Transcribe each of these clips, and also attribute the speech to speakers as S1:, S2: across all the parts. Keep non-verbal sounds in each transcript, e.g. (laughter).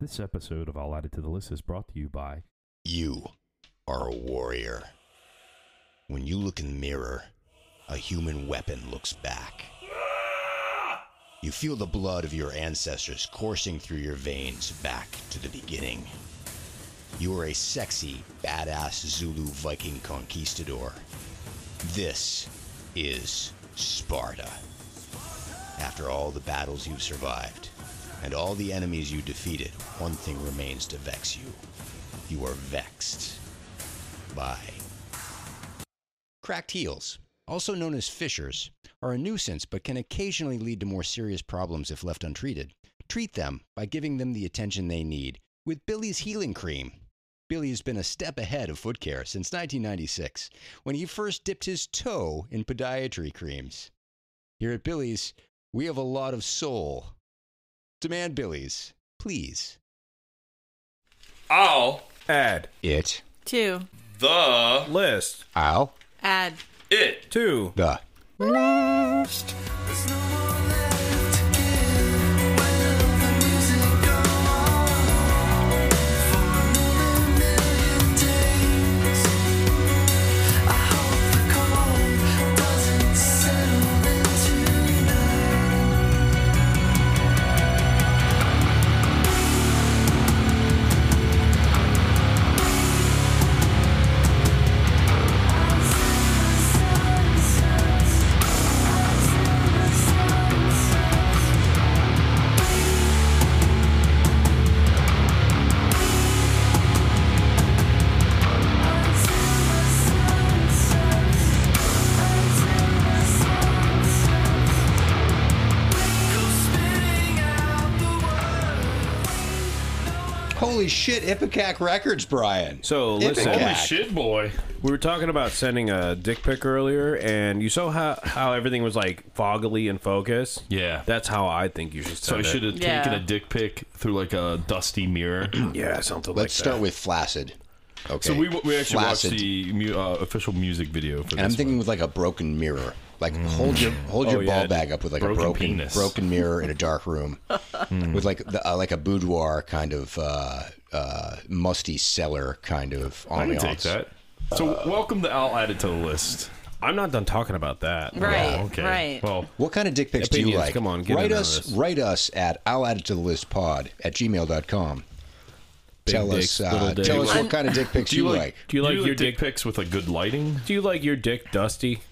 S1: This episode of I'll Add It to the List is brought to you by
S2: You are a warrior. When you look in the mirror, a human weapon looks back. You feel the blood of your ancestors coursing through your veins back to the beginning. You are a sexy, badass Zulu Viking conquistador. This is Sparta. After all the battles you've survived and all the enemies you defeated, one thing remains to vex you. You are vexed by cracked heels, also known as fissures, are a nuisance but can occasionally lead to more serious problems if left untreated. Treat them by giving them the attention they need with Billy's Healing Cream. Billy has been a step ahead of foot care since 1996 when he first dipped his toe in podiatry creams. Here at Billy's, we have a lot of soul. Demand Billy's, please.
S3: I'll
S4: Add
S2: It,
S5: Two.
S3: the
S4: list
S2: I'll,
S5: Add.
S3: it
S4: two.
S2: the. Holy shit, Ipecac Records, Brian.
S4: So
S2: Ipecac.
S4: listen,
S2: Holy
S3: shit boy.
S4: we were talking about sending a dick pic earlier, and you saw how how everything was like foggily in focus.
S3: Yeah.
S4: that's how I think you should. Send
S3: So I
S4: it.
S3: should have
S5: Yeah.
S3: taken a dick pic through like a dusty (clears throat) mirror.
S4: Yeah, something
S2: Let's
S4: like
S2: start
S4: that.
S2: with Flaccid. Okay.
S3: so we, we actually
S2: Flaccid.
S3: watched the mu- uh, official music video for
S2: And I'm
S3: this
S2: thinking with like a broken mirror. Like
S4: Mm.
S2: hold your hold your
S4: Oh,
S2: ball
S4: yeah.
S2: bag up with like
S3: Broken
S2: a broken
S3: penis.
S2: broken mirror in a dark
S3: (laughs)
S2: room
S4: Hmm.
S2: with like the, uh, like a boudoir kind of uh, uh, musty cellar kind of ambiance.
S3: one. I can take that. So welcome to I'll add it to the list.
S4: I'm not done talking about that.
S5: Right.
S3: Oh, okay.
S5: Right.
S3: Well,
S2: What kind of dick pics do you
S4: Opinions,
S2: like?
S4: come on, get
S2: write
S4: in on
S2: us
S4: this.
S2: write us at I'll add it to the list pod at gmail.com.
S4: Big
S2: tell
S4: dicks,
S2: us
S4: little
S2: uh,
S4: dicks.
S2: tell us what kind of dick pics
S3: (laughs) do
S2: you, like.
S4: Do you like your
S3: dick
S4: dick?
S3: pics with like good lighting?
S4: Do you like your dick dusty?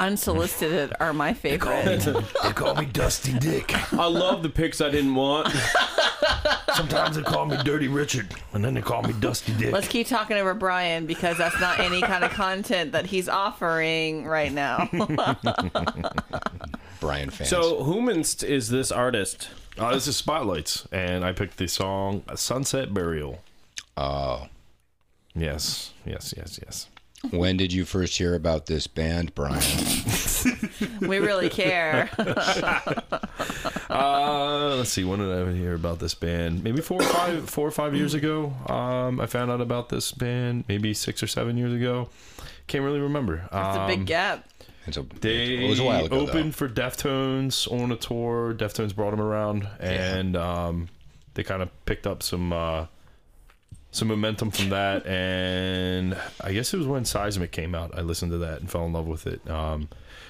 S5: Unsolicited are my favorite.
S3: they call me Dusty Dick.
S4: I love the pics I didn't want.
S3: Sometimes they call me Dirty Richard, and then they call me Dusty Dick.
S5: Let's keep talking over Brian because that's not any kind of content that he's offering right
S3: (laughs)
S5: now.
S2: Brian
S4: (laughs)
S2: fans.
S4: So Humanst is this artist?
S3: Uh, this is Spotlights, and I picked the song Sunset Burial.
S2: oh,
S3: Yes, yes, yes, yes.
S2: when did you first hear about this band, Brian?
S5: we really
S3: (laughs)
S5: care.
S3: Uh, let's see. When did I hear about this band? Maybe four or five, four or five years ago. Um, I found out about this band maybe six or seven years ago. Can't really remember.
S5: It's a
S3: Um,
S5: big gap.
S2: It's a,
S3: They
S2: it was a while ago. though.
S3: opened for Deftones on a tour. Deftones brought them around, and um, they kind of picked up some uh, some momentum from that. (laughs) and I guess it was when Seismic came out. I listened to that and fell in love with it. Um,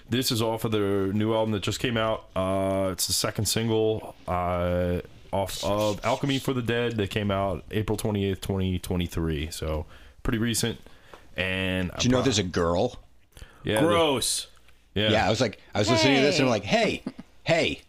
S3: this is off of their new album that just came out. Uh, it's the second single uh, off of Alchemy for the Dead that came out April twenty eighth, twenty twenty three. So pretty recent. And
S2: Do you know there's a girl?
S3: yeah, they-
S4: Gross.
S3: Yeah,
S2: Yeah, I was like, I was listening to this and I'm
S5: Hey.
S2: like,
S3: (laughs)
S2: hey, hey,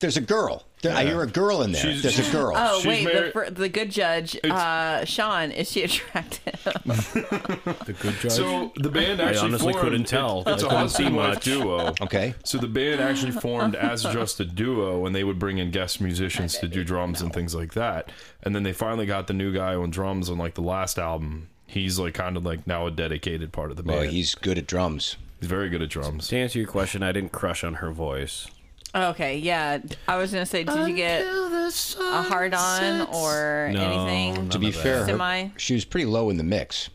S2: there's a girl. There, I
S3: Yeah.
S2: hear a girl in there.
S3: She's-
S2: there's a
S3: (laughs)
S2: girl.
S5: Oh
S3: She's
S5: wait, the,
S3: married-
S5: fir- the good judge, uh, Sean, is she attractive? (laughs)
S4: The good judge.
S3: So the band
S4: I
S3: actually
S4: honestly
S3: formed-
S4: couldn't tell.
S3: it- it's
S4: I
S3: a
S4: couldn't see
S3: husband wife
S4: much.
S3: duo.
S2: Okay.
S3: So the band actually formed as just a duo, and they would bring in guest musicians to do drums and things like that. And then they finally got the new guy on drums on like the last album. He's like kind of like now a dedicated part of the band.
S2: Well, he's good at drums.
S3: He's very good at drums.
S4: to answer your question, I didn't crush on her voice.
S5: okay, yeah. I was gonna say, did you get a hard on or
S4: No,
S5: anything?
S2: To be fair, her-
S5: Semi?
S2: she was pretty low in the mix.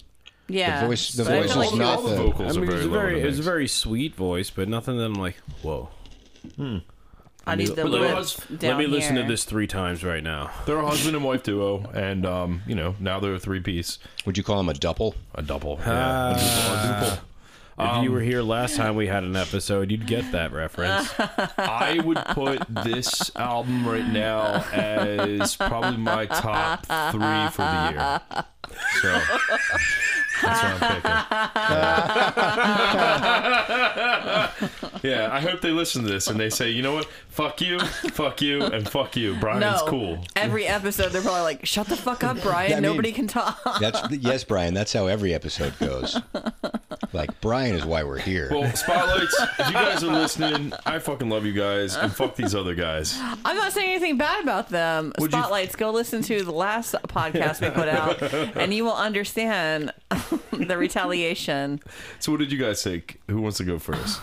S5: Yeah.
S2: voice- the
S5: But I
S2: voice
S5: feel
S2: is
S5: like-
S2: not
S3: all the
S2: the-
S3: vocals
S4: I mean,
S3: are
S4: it was a
S3: very low. in
S4: very,
S3: the
S4: it was a
S3: mix.
S4: very sweet voice, but nothing that I'm like, whoa.
S5: I need the
S3: But there
S5: lip
S3: was-
S5: down
S4: Let me listen to
S5: here.
S4: this three times right now.
S3: They're a husband and wife duo, and um, you know now they're a three piece,
S2: Would you call him a double?
S3: a double, yeah,
S4: Ah.
S3: a duple, a duple.
S4: if
S3: Um,
S4: you were here last time we had an episode, you'd get that
S5: (laughs)
S4: reference.
S5: Uh.
S3: I would put this album right now as probably my top three for the year. So that's what I'm (laughs) picking. yeah, I hope they listen to this and they say, you know what? Fuck you, fuck you, and fuck you. Brian's
S5: No.
S3: cool.
S5: Every episode, they're probably like, "Shut the fuck up, Brian.
S2: mean-
S5: Nobody can talk."
S2: That's yes, Brian. That's how every episode goes. Like Brian is why we're here.
S3: Well, spotlights, if you guys are listening, I fucking love you guys and fuck these other guys.
S5: I'm not saying anything bad about them.
S3: Would you-
S5: Spotlights. Go listen to the last podcast we put out, and you will understand (laughs) the retaliation.
S3: So what did you guys think? Who wants to go first?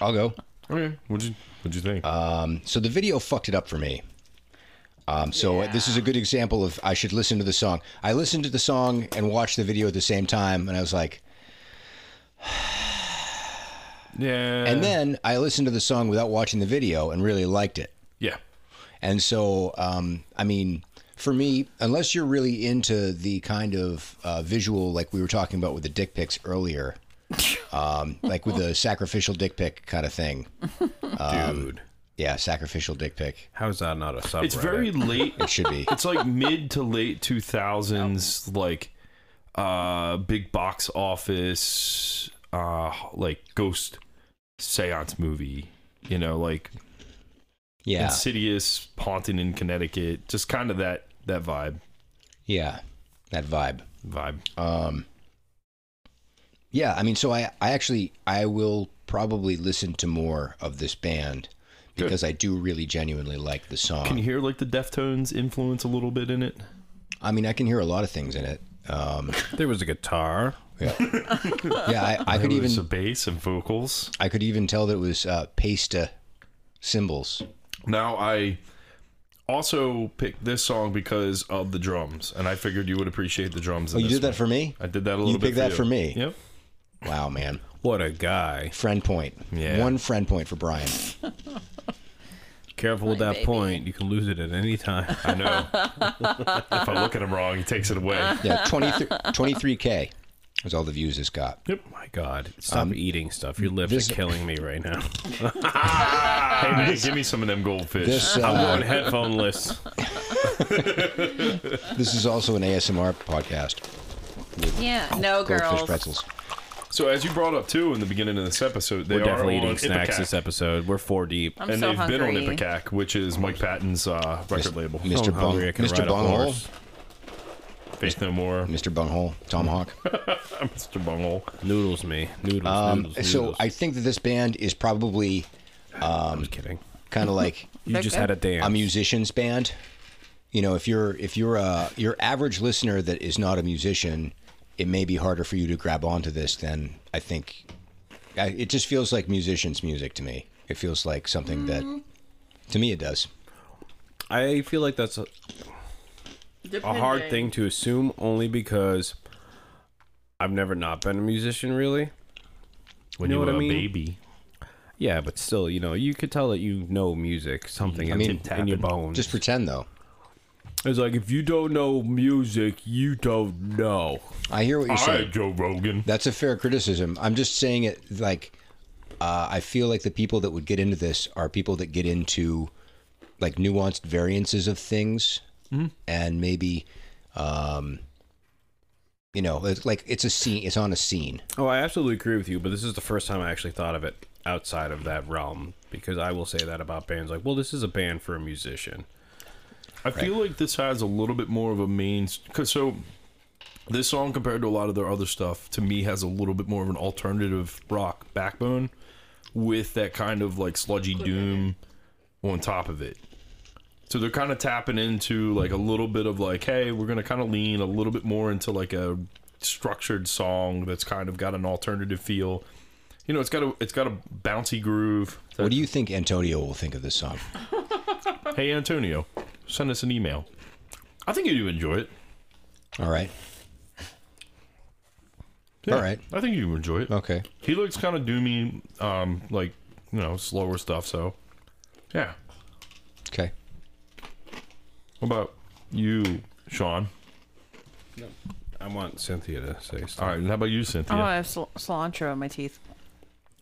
S2: I'll go.
S3: Okay. What'd you what'd you think?
S2: So the video fucked it up for me. Um, so this is a good example of I should listen to the song. I listened to the song and watched the video at the same time, and I was like,
S3: yeah.
S2: and then I listened to the song without watching the video and really liked it.
S3: Yeah.
S2: And so, um, I mean, for me, unless you're really into the kind of uh, visual, like we were talking about with the dick pics earlier,
S3: (laughs)
S2: um, like with the sacrificial dick pic kind of
S3: (laughs)
S2: thing. Um,
S4: Dude.
S2: Yeah, sacrificial dick pic.
S4: How's that not a
S2: um,
S4: subreddit?
S3: It's very late
S2: It should be.
S3: (laughs) it's like mid to late 2000s like uh big box office uh like ghost seance movie you know like
S2: Yeah.
S3: insidious haunting in connecticut just kind of that that vibe
S2: Yeah. That vibe.
S3: vibe
S2: Um, yeah, I mean, so I, I actually, I will probably listen to more of this band because I do really genuinely like the song.
S3: can you hear like the deftones influence a little bit in it
S2: I mean, I can hear a lot of things in it. Um,
S4: There was a guitar.
S2: yeah, yeah, I, (laughs) I could even,
S3: There's a bass and vocals
S2: I could even tell that it was uh, pasta symbols.
S3: now i also picked this song because of the drums and i figured you would appreciate the drums in
S2: Oh, you
S3: this
S2: did that
S3: one.
S2: for me?
S3: i did that a little bit
S2: picked that for me?
S3: yep
S2: Wow, man.
S4: What a guy.
S2: Friend point.
S3: Yeah.
S2: One friend point for Brian.
S4: Careful with
S5: My
S4: that
S5: baby.
S4: point. You can lose it at any time.
S3: (laughs) I know. if
S4: Uh,
S3: I look at him wrong, he takes it away.
S2: Yeah, 23, 23K is all the views this got.
S4: Yep. My God. Stop eating stuff. Your lips
S2: Um, this-
S4: are killing me right
S2: (laughs)
S4: now.
S3: (laughs) Hey, man, give me some of them goldfish.
S2: This,
S4: I'm
S2: uh,
S4: going headphoneless.
S2: this is also an ASMR podcast.
S5: Yeah. No,
S2: Goldfish
S5: girls.
S2: pretzels.
S3: so, as you brought up too in the beginning of this episode, they
S4: We're
S3: are
S4: definitely
S3: on
S4: eating snacks
S3: Ipecac,
S4: this episode. We're four deep.
S5: I'm
S3: and
S5: so
S3: they've
S5: hungry.
S3: been on Ipecac, which is Mike Patton's uh, record label.
S2: Mr.
S4: I'm
S2: Bung,
S4: hungry, I can
S2: Mr.
S4: ride a
S2: Bunghole,
S4: horse.
S3: Faith No More,
S2: Mr. Bunghole, Tom Hawk.
S3: Mr. Bungle.
S4: Noodles me. Noodles.
S2: Um,
S4: noodles,
S2: so
S4: noodles.
S2: I think that this band is probably
S4: I'm just kidding.
S2: kind of like
S4: You
S5: They're
S4: just
S5: good.
S4: had a dance.
S2: a musician's band. You know, if you're if you're a your average listener that is not a musician, it may be harder for you to grab onto this than I think. I, it just feels like musicians' music to me. It feels like something that,
S3: Mm-hmm.
S2: to me, it does.
S4: I feel like that's a, a hard thing to assume only because I've never not been a musician really.
S3: When
S4: You know
S3: you,
S4: what I
S3: were
S4: mean?
S3: a baby.
S4: Yeah, but still, you know, you could tell that you know music, something in,
S2: mean,
S4: in your bones.
S2: Just pretend though.
S4: it's like if you don't know music, you don't know.
S2: I hear what you're
S3: All
S2: saying.
S3: right, Joe Rogan.
S2: That's a fair criticism. I'm just saying it like uh, I feel like the people that would get into this are people that get into like nuanced variances of things
S3: Mm-hmm.
S2: and maybe um you know it's like it's a scene it's on a scene
S4: Oh, I absolutely agree with you, but this is the first time I actually thought of it outside of that realm because I will say that about bands like, well, this is a band for a musician.
S3: I feel like this has a little bit more of a main because so this song compared to a lot of their other stuff to me has a little bit more of an alternative rock backbone with that kind of like sludgy doom on top of it. So they're kind of tapping into like a little bit of like, hey, we're gonna kind of lean a little bit more into like a structured song that's kind of got an alternative feel. You know, it's got a it's got a bouncy groove.
S2: what do you think antonio will think of this song
S3: Hey Antonio, send us an email. I think you enjoy it.
S2: all right all right
S3: I think you enjoy it.
S2: okay
S3: He looks kind of doomy, um, like you know, slower stuff. So Yeah.
S2: Okay.
S3: What about you, Sean?
S4: I want Cynthia to say stuff.
S3: All right. And how about you, Cynthia?
S5: Oh, I have cil- cilantro in my teeth.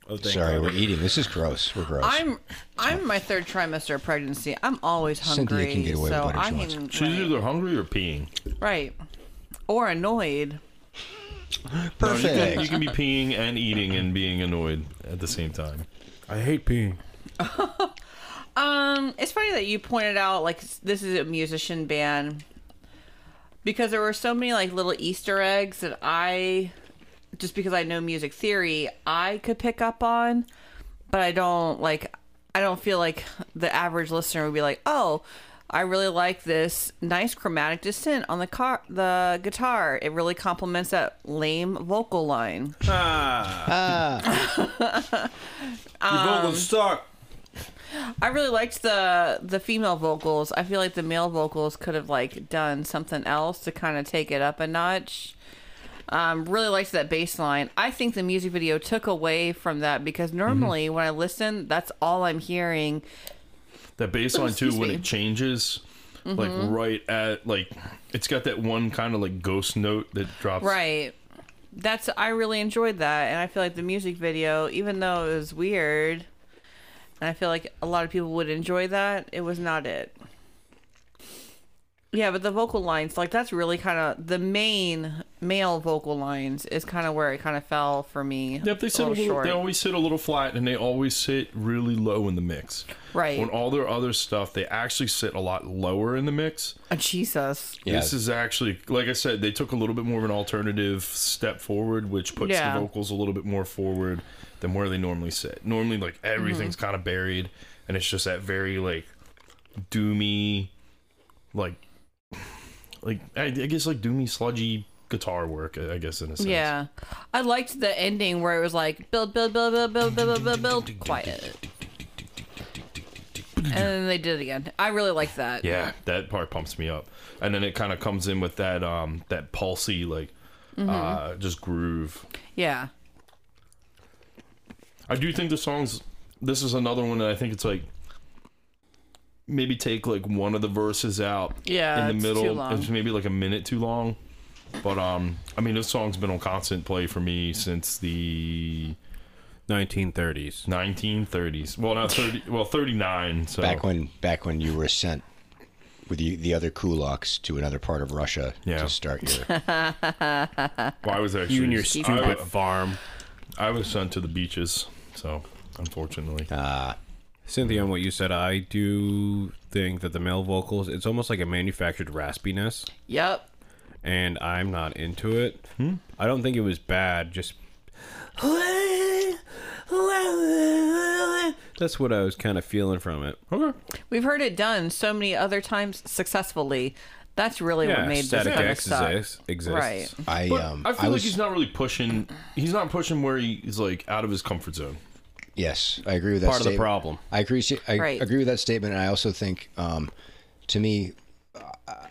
S4: Oh, thank
S2: Sorry,
S4: God.
S2: we're eating. This is gross. We're gross.
S5: I'm I'm in my third trimester of pregnancy. I'm always
S2: Cynthia
S5: hungry,
S2: can get away with
S5: so
S2: better
S5: I
S2: choice.
S5: can
S3: She's
S5: right,
S3: either hungry or peeing.
S5: right or annoyed.
S3: You can, you
S2: Perfect.
S3: can be peeing and eating and being annoyed at the same time.
S4: I hate peeing.
S5: Um, it's funny that you pointed out like s- this is a musician band because there were so many like little Easter eggs that I just because I know music theory I could pick up on, but I don't like I don't feel like the average listener would be like, oh. I really like this nice chromatic descent on the car, the guitar. It really complements that lame vocal line.
S4: Your vocals suck.
S5: I really liked the the female vocals. I feel like the male vocals could have like done something else to kind of take it up a notch. Um, really liked that bass line. I think the music video took away from that because normally when I listen, that's all I'm hearing.
S3: That bass line too,
S5: Excuse
S3: when
S5: me. Mm-hmm.
S3: it changes, like right at like, it's got that one kind of like ghost note that drops.
S5: Right. That's I really enjoyed that, and I feel like the music video, even though it was weird, and I feel like a lot of people would enjoy that, it was not it. Yeah, but the vocal lines, like that's really kind of the main male vocal lines is kind of where it kind of fell for me.
S3: Yep, they sit a
S5: little
S3: little,
S5: short.
S3: they always sit a little flat and they always sit really low in the mix.
S5: Right.
S3: On all their other stuff, they actually sit a lot lower in the mix.
S5: Uh, Jesus.
S2: Yeah.
S3: This is actually, like I said, they took a little bit more of an alternative step forward, which puts
S5: Yeah.
S3: the vocals a little bit more forward than where they normally sit. Normally, like everything's
S5: Mm-hmm.
S3: kind of buried, and it's just that very like doomy, like, (sighs) like I, I guess like doomy, sludgy guitar work. I I guess in a sense.
S5: Yeah, I liked the ending where it was like build, build, build, build, build, build, build, build, build quiet, and then they did it again. I really liked that.
S3: Yeah, that part pumps me up. And then it kind of comes in with that um that pulsy like
S5: Mm-hmm.
S3: uh just groove.
S5: Yeah.
S3: I do think the songs this is another one that I think it's like maybe take like one of the verses out
S5: Yeah,
S3: in
S5: it's
S3: the
S5: too
S3: middle.
S5: long.
S3: It's maybe like a minute too long. But um I mean this song's been on constant play for me since the
S4: 1930s.
S3: 1930s. Well, not 30 well 39 so
S2: Back when back when you were sent with the, the other kulaks to another part of Russia
S3: Yeah.
S2: to start your
S3: well, I was actually
S4: You and your
S3: I-
S4: stupid farm.
S3: I was sent to the beaches. So, unfortunately.
S4: Cynthia, on what you said, I do think that the male vocals, it's almost like a manufactured raspiness,
S5: Yep.
S4: and I'm not into it. I don't think it was bad, just. That's what I was kind of feeling from it.
S3: Okay.
S5: We've heard it done so many other times successfully. That's really what made this
S4: Static
S5: kind
S4: X
S5: of stuff.
S4: exists. exists.
S5: Right.
S2: I
S3: But
S2: um
S3: I feel like
S2: was
S3: he's not really pushing. He's not pushing where he- he's like out of his comfort zone.
S2: yes, I agree with that
S4: Part of the
S2: statement.
S5: (laughs)
S4: problem.
S2: I agree I
S5: Right.
S2: agree with that statement and I also think um to me uh,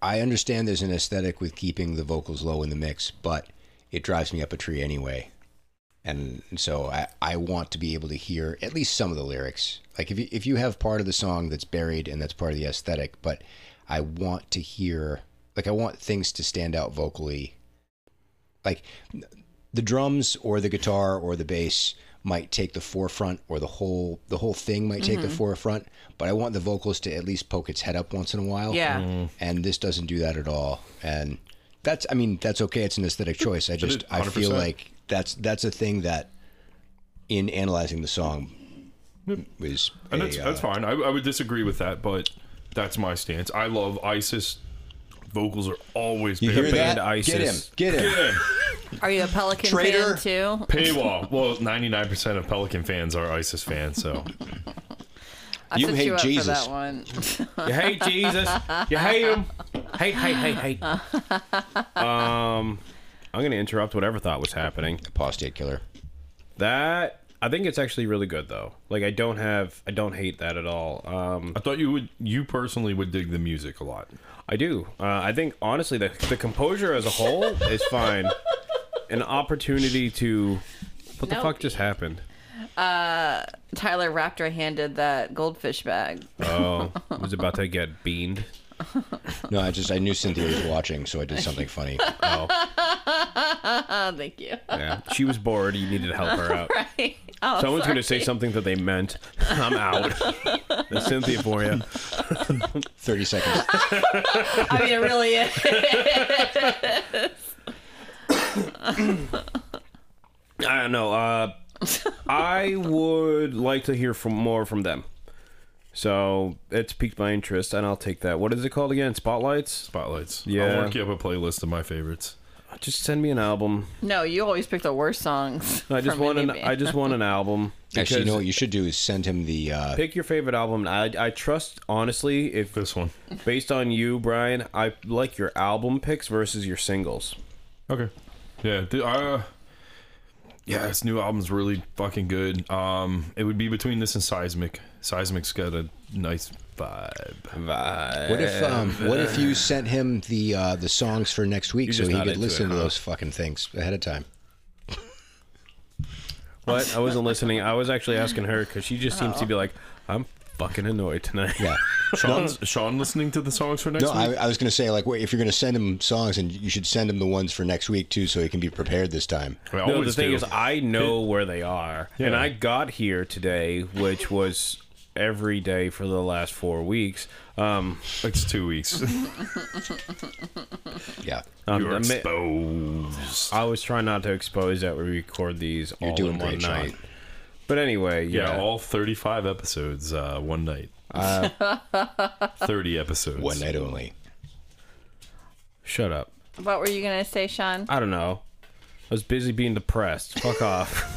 S2: I understand there's an aesthetic with keeping the vocals low in the mix, but it drives me up a tree anyway. and so I, I want to be able to hear at least some of the lyrics. Like if you, if you have part of the song that's buried and that's part of the aesthetic, but I want to hear like I want things to stand out vocally. Like the drums or the guitar or the bass might take the forefront or the whole the whole thing might take the forefront, but I want the vocals to at least poke its head up once in a while.
S5: Yeah.
S2: And this doesn't do that at all. And that's I mean that's okay. It's an aesthetic choice. I just I feel
S3: 100%.
S2: like that's that's a thing that in analyzing the song was
S3: And
S2: a,
S3: that's
S2: uh,
S3: that's fine. I, I would disagree with that, but that's my stance. I love ISIS. Vocals are always
S2: you hear
S3: bare-
S2: that?
S4: band
S2: Get him!
S4: ISIS.
S2: Get him!
S5: Are you a Pelican
S2: Traitor.
S5: fan too?
S3: paywall. Well, ninety nine percent of Pelican fans are ISIS fans, so
S5: I
S2: You
S5: set
S2: hate
S5: you up
S2: Jesus.
S5: for that one. (laughs)
S4: You hate Jesus. You hate him. Hey, hey, hey, hey.
S5: (laughs)
S4: Um, I'm gonna interrupt whatever thought was happening.
S2: Apostate killer.
S4: That I think it's actually really good though. Like I don't have, I don't hate that at all. Um,
S3: I thought you would you personally would dig the music a lot.
S4: I do. Uh, I think honestly, the the composure as a whole is fine. An opportunity to. What the
S5: No.
S4: fuck just happened?
S5: Tyler Raptor handed that goldfish bag.
S4: Oh, I was about to get beaned.
S2: No, I just I knew Cynthia was watching, so I did something funny.
S4: Oh,
S5: Oh, thank you. (laughs)
S4: yeah. She was bored. You needed to help her out.
S5: oh,
S4: Someone's going
S5: sorry.
S4: to say something that they meant. (laughs) I'm out. That's Cynthia for you.
S2: Thirty seconds.
S5: I
S4: (laughs)
S5: mean, it really is.
S4: I don't know. Uh, I would like to hear from more from them. So it's piqued my interest, and I'll take that. What is it called again? Spotlights.
S3: Spotlights.
S4: Yeah.
S3: I'll work you up a playlist of my favorites.
S4: Just send me an album.
S5: no, you always pick the worst songs.
S4: (laughs) I just
S5: from
S4: want
S5: any
S4: an.
S5: band.
S4: I just want an album.
S2: Actually, you
S4: because
S2: know what you should do is send him the. Uh,
S4: Pick your favorite album. I I trust honestly if
S3: This one.
S4: based on you, Brian, I like your album picks versus your singles.
S3: Okay. Yeah. The, uh, yeah, this new album's really fucking good. Um, it would be between this and Seismic. Seismic's got a nice vibe.
S4: (laughs)
S2: what if um, What if you sent him the uh, the songs for next week so
S4: just
S2: he
S4: not
S2: could
S4: into
S2: listen
S4: it,
S2: to
S4: huh?
S2: those fucking things ahead of time?
S4: What? I wasn't listening. I was actually asking her because she just seems to be like, I'm fucking annoyed tonight.
S2: Yeah.
S3: Sean's, Sean listening to the songs for next
S2: No, I,
S3: week?
S2: I was gonna say like, wait, if you're gonna send him songs, and you should send him the ones for next week too, so he can be prepared this time.
S3: I
S4: No, the
S3: always
S4: thing
S3: do.
S4: is, I know where they are, and
S3: Yeah.
S4: I got here today, which was every day for the last four weeks. Um,
S3: it's two weeks.
S2: Yeah,
S4: (laughs) um,
S3: You're
S4: I ma-
S3: exposed.
S4: I was trying not to expose that we record these all
S2: you're doing
S4: in one
S2: great,
S4: night.
S2: Sean.
S4: But anyway,
S3: Yeah,
S4: yeah,
S3: all 35 episodes, uh, one night. (laughs) 30 episodes.
S2: Uh, One night only.
S4: shut up.
S5: What were you gonna say, Sean?
S4: I don't know. I was busy being depressed. Fuck (laughs) off.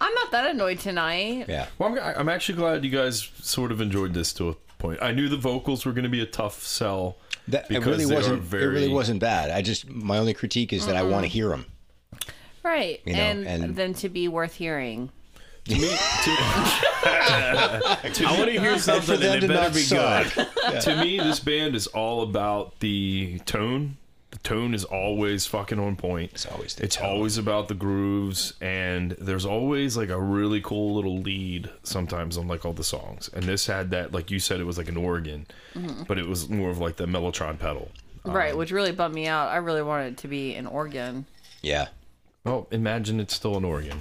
S5: I'm not that annoyed tonight.
S2: Yeah,
S3: Well, I'm, I'm actually glad you guys sort of enjoyed this to a point. I knew the vocals were going to be a tough sell.
S2: that it
S3: Because
S2: really
S3: they are
S2: wasn't. It really
S3: very-
S2: wasn't bad. I just my only critique is that I want to hear him.
S5: Right.
S2: You know,
S5: and,
S2: and-
S5: then to be worth hearing.
S3: To me, to,
S4: I want to
S2: (laughs)
S4: hear something,
S2: them
S4: and
S2: to
S4: it better
S2: not
S4: be
S2: suck.
S4: good.
S3: to me, this band is all about the tone. The tone is always fucking on point. It's
S2: always the
S3: it's
S2: tone.
S3: always about the grooves, and there's always like a really cool little lead sometimes on like all the songs. And this had that, like you said, it was like an organ, but it was more of like the mellotron pedal.
S5: right, which really bummed me out. I really wanted it to be an organ.
S2: Yeah,
S3: Well, Oh, imagine it's still an organ.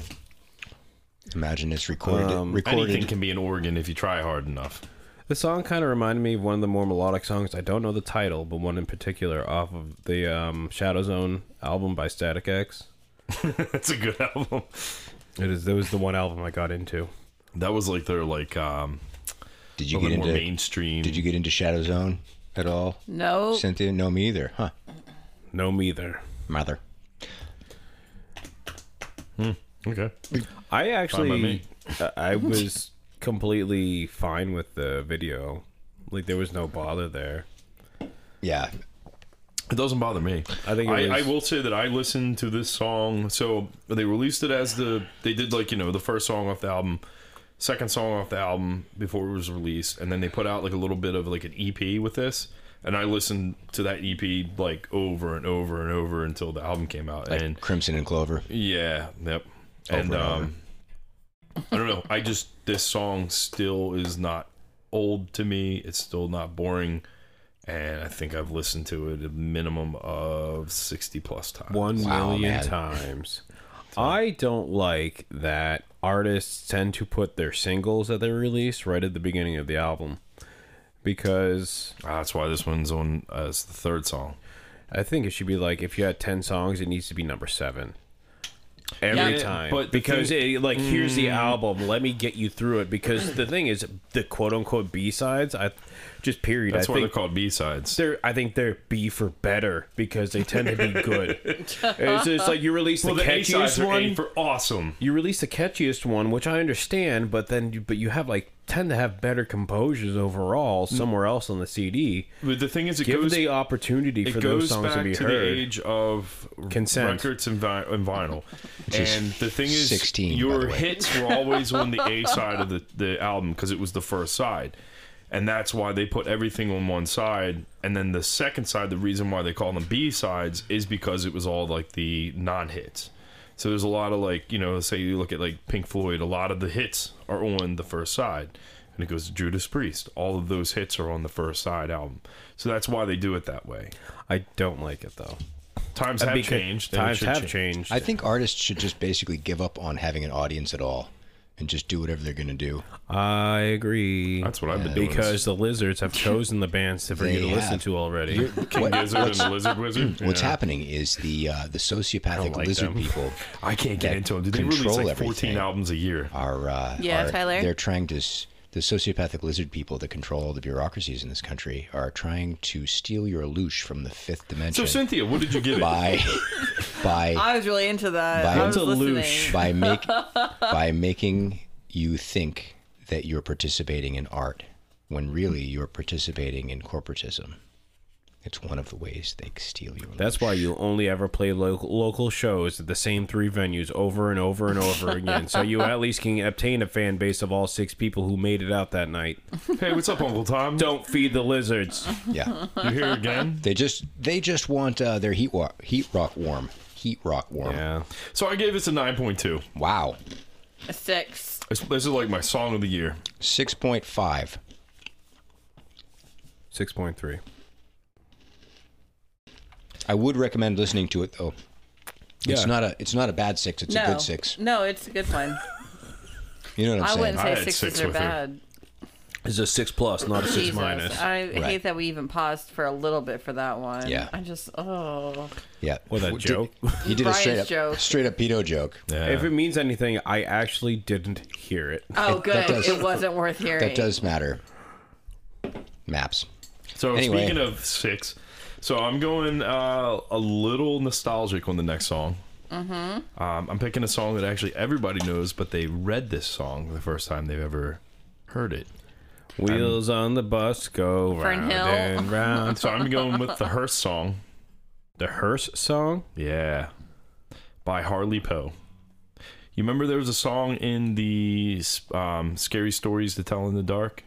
S2: imagine it's recorded.
S3: Um, Anything
S2: recorded.
S3: can be an organ if you try hard enough.
S4: The song kind of reminded me of one of the more melodic songs. I don't know the title, but one in particular off of the um, Shadow Zone album by Static X.
S3: (laughs) That's a good album.
S4: It is. That was the one album I got into.
S3: That was like their like um
S2: Did
S3: a
S2: you get
S3: little more
S2: into?
S3: mainstream.
S2: Did you get into Shadow Zone at all?
S5: No.
S2: Cynthia, no, me either, huh?
S4: No, me either.
S2: Mother.
S3: okay.
S4: I
S3: Fine by
S4: actually,
S3: me.
S4: I I was completely fine with the video. Like there was no bother there.
S2: Yeah,
S3: It doesn't bother me.
S4: I think it
S3: I, I
S4: was-
S3: will say that I listened to this song. So they released it as the they did like you know the first song off the album, second song off the album before it was released, and then they put out like a little bit of like an EP with this. And I listened to that EP like over and over and over until the album came out. and
S2: Crimson and Clover.
S3: Yeah. Yep. And um, I don't know. I just this song still is not old to me. It's still not boring, and I think I've listened to it a minimum of sixty plus times.
S4: One million
S2: Wow, man.
S4: times. I don't like that artists tend to put their singles that they release right at the beginning of the album because
S3: Ah, that's why this one's on as the third song.
S4: I think it should be like if you had ten songs, it needs to be number seven every
S3: Yeah,
S4: time.
S3: but the
S4: because
S3: thing- Mm.
S4: it, like here's the album, let me get you through it. Because the thing is, the quote unquote B sides, I just period.
S3: That's
S4: I
S3: why they're
S4: think
S3: called B sides.
S4: they're I think they're B for better because they tend to be good. it's, it's like you release the, catchiest one.
S3: for awesome.
S4: you release the catchiest one, which I understand, but then you, but you have like tend to have better composures overall somewhere else on the CD.
S3: But the thing is, Mm. it
S4: Give
S3: goes
S4: the opportunity
S3: it
S4: for those
S3: goes
S4: songs
S3: back
S4: to be
S3: to
S4: heard.
S3: the age of
S4: Consent.
S3: records and, vi- and vinyl.
S2: is
S3: and the thing is,
S2: 16, by the
S3: your
S2: way.
S3: hits were always on the
S4: (laughs)
S3: A side of the, the album because it was the first side. And that's why they put everything on one side. And then the second side, the reason why they call them B sides is because it was all like the non hits. So there's a lot of like, you know, say you look at like Pink Floyd, a lot of the hits are on the first side. And it goes to Judas Priest. All of those hits are on the first side album. So that's why they do it that way.
S4: I don't like it though.
S3: Times have
S4: Because
S3: changed. and it
S4: Times
S3: should
S4: have
S3: change.
S4: changed.
S2: I think artists should just basically give up on having an audience at all and just do whatever they're going to do.
S4: I agree.
S3: That's what I've been doing.
S4: because the lizards
S3: (laughs)
S4: have chosen the bands to for you to
S2: They
S4: listen
S2: have.
S4: to already.
S3: King Gizzard and the Lizard Wizard.
S2: What's
S3: Yeah.
S2: happening is the uh, the sociopathic
S3: like
S2: lizard
S3: them.
S2: people
S3: (laughs) I can't get
S2: that
S3: into them. Dude, They release
S2: control
S3: like 14
S2: everything.
S3: albums a year.
S2: are uh,
S5: Yeah,
S2: are-
S5: Tyler?
S2: They're trying to s- the sociopathic lizard people that control all the bureaucracies in this country are trying to steal your louche from the fifth
S3: So
S2: dimension
S3: Cynthia, what did you get? It?
S2: by by
S5: I was really into that.
S2: By
S5: I was
S2: Into
S5: listening.
S4: Lush.
S2: by
S5: (laughs)
S2: make by making you think that you're participating in art when really you're participating in corporatism. It's one of the ways they steal your
S4: That's why you only ever play local local shows at the same three venues over and over and over again. So you at least can obtain a fan base of all six people who made it out that night.
S3: Hey, what's up, Uncle Tom?
S4: Don't feed the lizards.
S2: yeah.
S3: You here again?
S2: They just they just want uh, their heat wa- heat rock warm. Heat rock warm.
S4: Yeah.
S3: So I gave this a 9.2.
S2: Wow.
S5: A six.
S3: This this is like my song of the year.
S2: 6.5.
S4: Six point three.
S2: I would recommend listening to it though.
S4: Yeah.
S2: It's not a it's not a bad 6, it's
S5: no.
S2: a good 6.
S5: No, it's a good one.
S2: You know what
S5: I
S2: I'm saying?
S5: wouldn't say
S3: I had
S5: sixes
S3: six
S5: are
S3: with her.
S5: bad.
S4: It's a six plus, not a six
S5: Jesus,
S4: minus.
S5: I hate
S2: Right.
S5: that we even paused for a little bit for that one.
S2: Yeah.
S5: I just oh.
S2: yeah.
S4: What, that
S2: Did-
S4: joke?
S2: He did a
S5: Brian's
S2: straight up
S5: joke.
S2: straight up pedo joke.
S4: If it means anything, I actually didn't hear it.
S5: Oh, good.
S2: does-
S5: it wasn't worth hearing.
S2: That does matter. Maps.
S3: So
S2: Anyway.
S3: speaking of six, so I'm going uh, a little nostalgic on the next song. Mm-hmm. Um, I'm picking a song that actually everybody knows, but they read this song the first time they've ever heard it.
S4: Wheels on the bus go round
S5: Hill.
S4: and round.
S3: So I'm going with the Hearst song.
S4: The hearse song.
S3: Yeah. By Harley Poe. You remember there was a song in the um, Scary Stories to Tell in the Dark?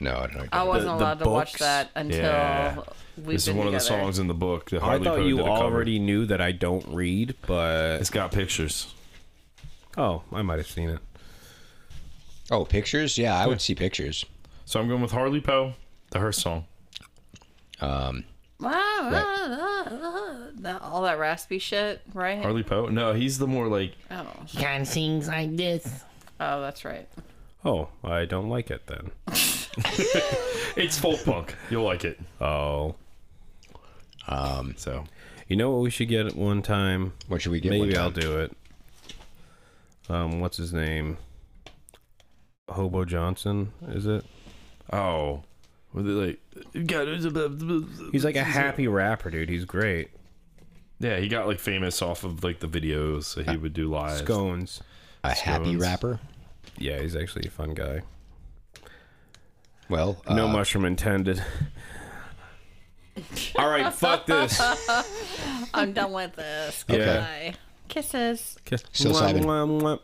S2: No, I don't know.
S5: I wasn't
S4: the
S5: allowed to watch
S4: books?
S5: that until
S3: Yeah.
S5: we've
S3: this is
S5: been
S3: one of the
S5: together.
S3: songs in the book that
S4: I
S3: Harley
S4: thought
S3: Poe
S4: you
S3: did a cover.
S4: already knew that I don't read, but
S3: It's got pictures.
S4: oh, I might have seen it.
S2: Oh, pictures? Yeah, I would see pictures.
S3: So I'm going with Harley Poe, the Hearst song.
S2: Um,
S5: Ah, ah, ah, ah, that- all that raspy shit, right?
S3: Harley Poe? No, he's the more like
S5: oh,
S6: Can't sing like this.
S5: oh, that's right.
S4: Oh, I don't like it then.
S3: it's folk punk. You'll like it.
S4: Oh,
S3: So
S4: you know what we should get at one time?
S2: what should we get? one
S4: Maybe
S2: time?
S4: I'll do it. Um, what's his name? Hobo Johnson, is it?
S3: oh, were they like God, it was a blah, blah, blah.
S4: He's like a happy rapper, dude. He's great.
S3: yeah, he got like famous off of like the videos that he would do live.
S4: Scones.
S2: a happy
S3: Scones.
S2: rapper.
S4: Yeah, he's actually a fun guy.
S2: Well, uh,
S4: No mushroom intended. (laughs) All right, fuck (laughs) this.
S5: (laughs) I'm done with this.
S4: Yeah.
S5: Goodbye. Kisses.
S2: Psilocybin.
S4: Mwah, mwah, mwah.